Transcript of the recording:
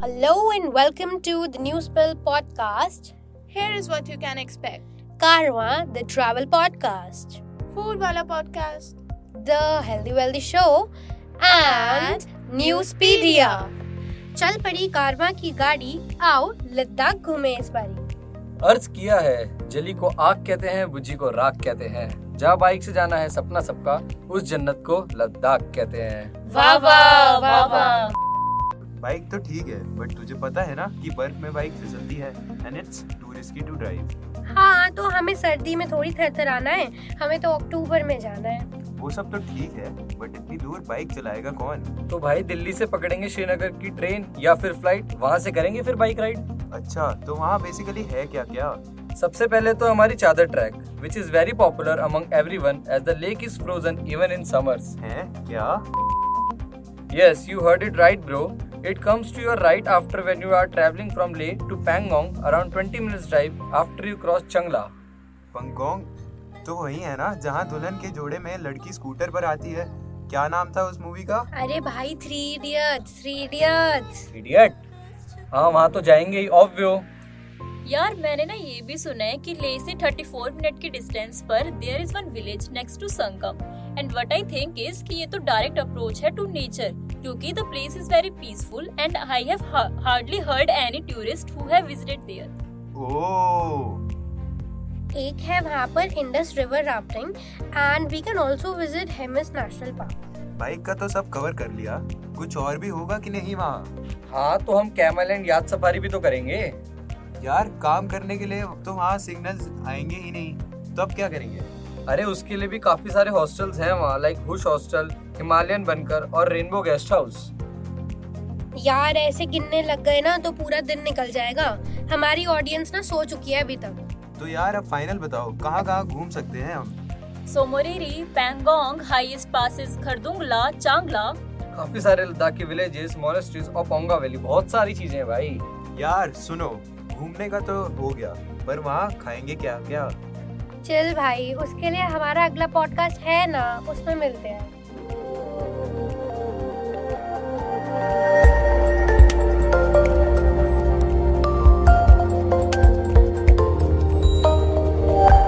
Hello and welcome to the New Spell podcast, Here is what you can expect. Karwa, the travel podcast, Food Wala Podcast. the Healthy Wealthy show, and Newspedia. चल पड़ी कारवा की गाड़ी आओ लद्दाख घूमे इस बारी अर्ज किया है जली को आग कहते हैं बुझी को राख कहते हैं जहाँ बाइक से जाना है सपना सबका उस जन्नत को लद्दाख कहते हैं वाह वाह, वाह वाह। बाइक तो ठीक है बट तुझे पता है ना कि बर्फ में बाइक फिसलती है and it's too risky to drive हाँ तो हमें सर्दी में थोड़ी थरथराना है हमें तो अक्टूबर में जाना है वो सब तो ठीक है बट इतनी दूर बाइक चलाएगा कौन तो भाई दिल्ली से पकड़ेंगे श्रीनगर की ट्रेन या फिर फ्लाइट वहाँ से करेंगे फिर बाइक राइड अच्छा तो वहाँ बेसिकली है क्या क्या सबसे पहले तो हमारी Chadar trek which is very popular among everyone as the lake is frozen even in summers है क्या Yes, you heard it right, bro. It comes to your right after when you are traveling from Leh to Pangong, around 20 minutes drive after you cross Changla. Pangong तो वही है ना जहाँ दुल्हन के जोड़े में लड़की स्कूटर पर आती है क्या नाम था उस मूवी का अरे भाई three idiots three idiots Idiot. हाँ वहाँ तो जाएंगे ही ऑब्वियो यार मैंने ना ये भी सुना है कि ले से 34 मिनट की डिस्टेंस पर there is one village next to Sangam and what I think is कि ये तो डायरेक्ट अप्रोच है टू नेचर क्योंकि the place is very peaceful and I have hardly heard any tourist who have visited there ओ एक है वहाँ पर Indus river rafting and we can also visit Hemis national park bike का तो सब कवर कर लिया कुछ और भी होगा कि नहीं वहाँ हाँ तो हम कैमल एंड याद सफारी भी तो करेंगे यार काम करने के लिए तो वहाँ सिग्नल्स आएंगे ही नहीं तो अब क्या करेंगे अरे उसके लिए भी काफी सारे हॉस्टल्स हैं वहाँ लाइक हुश हॉस्टल हिमालयन बनकर और रेनबो गेस्ट हाउस यार ऐसे गिनने लग गए ना तो पूरा दिन निकल जाएगा हमारी ऑडियंस ना सो चुकी है अभी तक तो यार अब फाइनल बताओ कहाँ कहाँ घूम सकते हैं हम सोमोरेरी पैंगोंग हाईएस्ट पासेस खरदुंगला चांगला काफी सारे लद्दाख के विलेजेस मॉनेस्ट्रीज और पोंगा वैली बहुत सारी चीजें हैं भाई यार सुनो घूमने का तो हो गया पर वहाँ खाएंगे क्या क्या चल भाई उसके लिए हमारा अगला पॉडकास्ट है ना उसमें मिलते हैं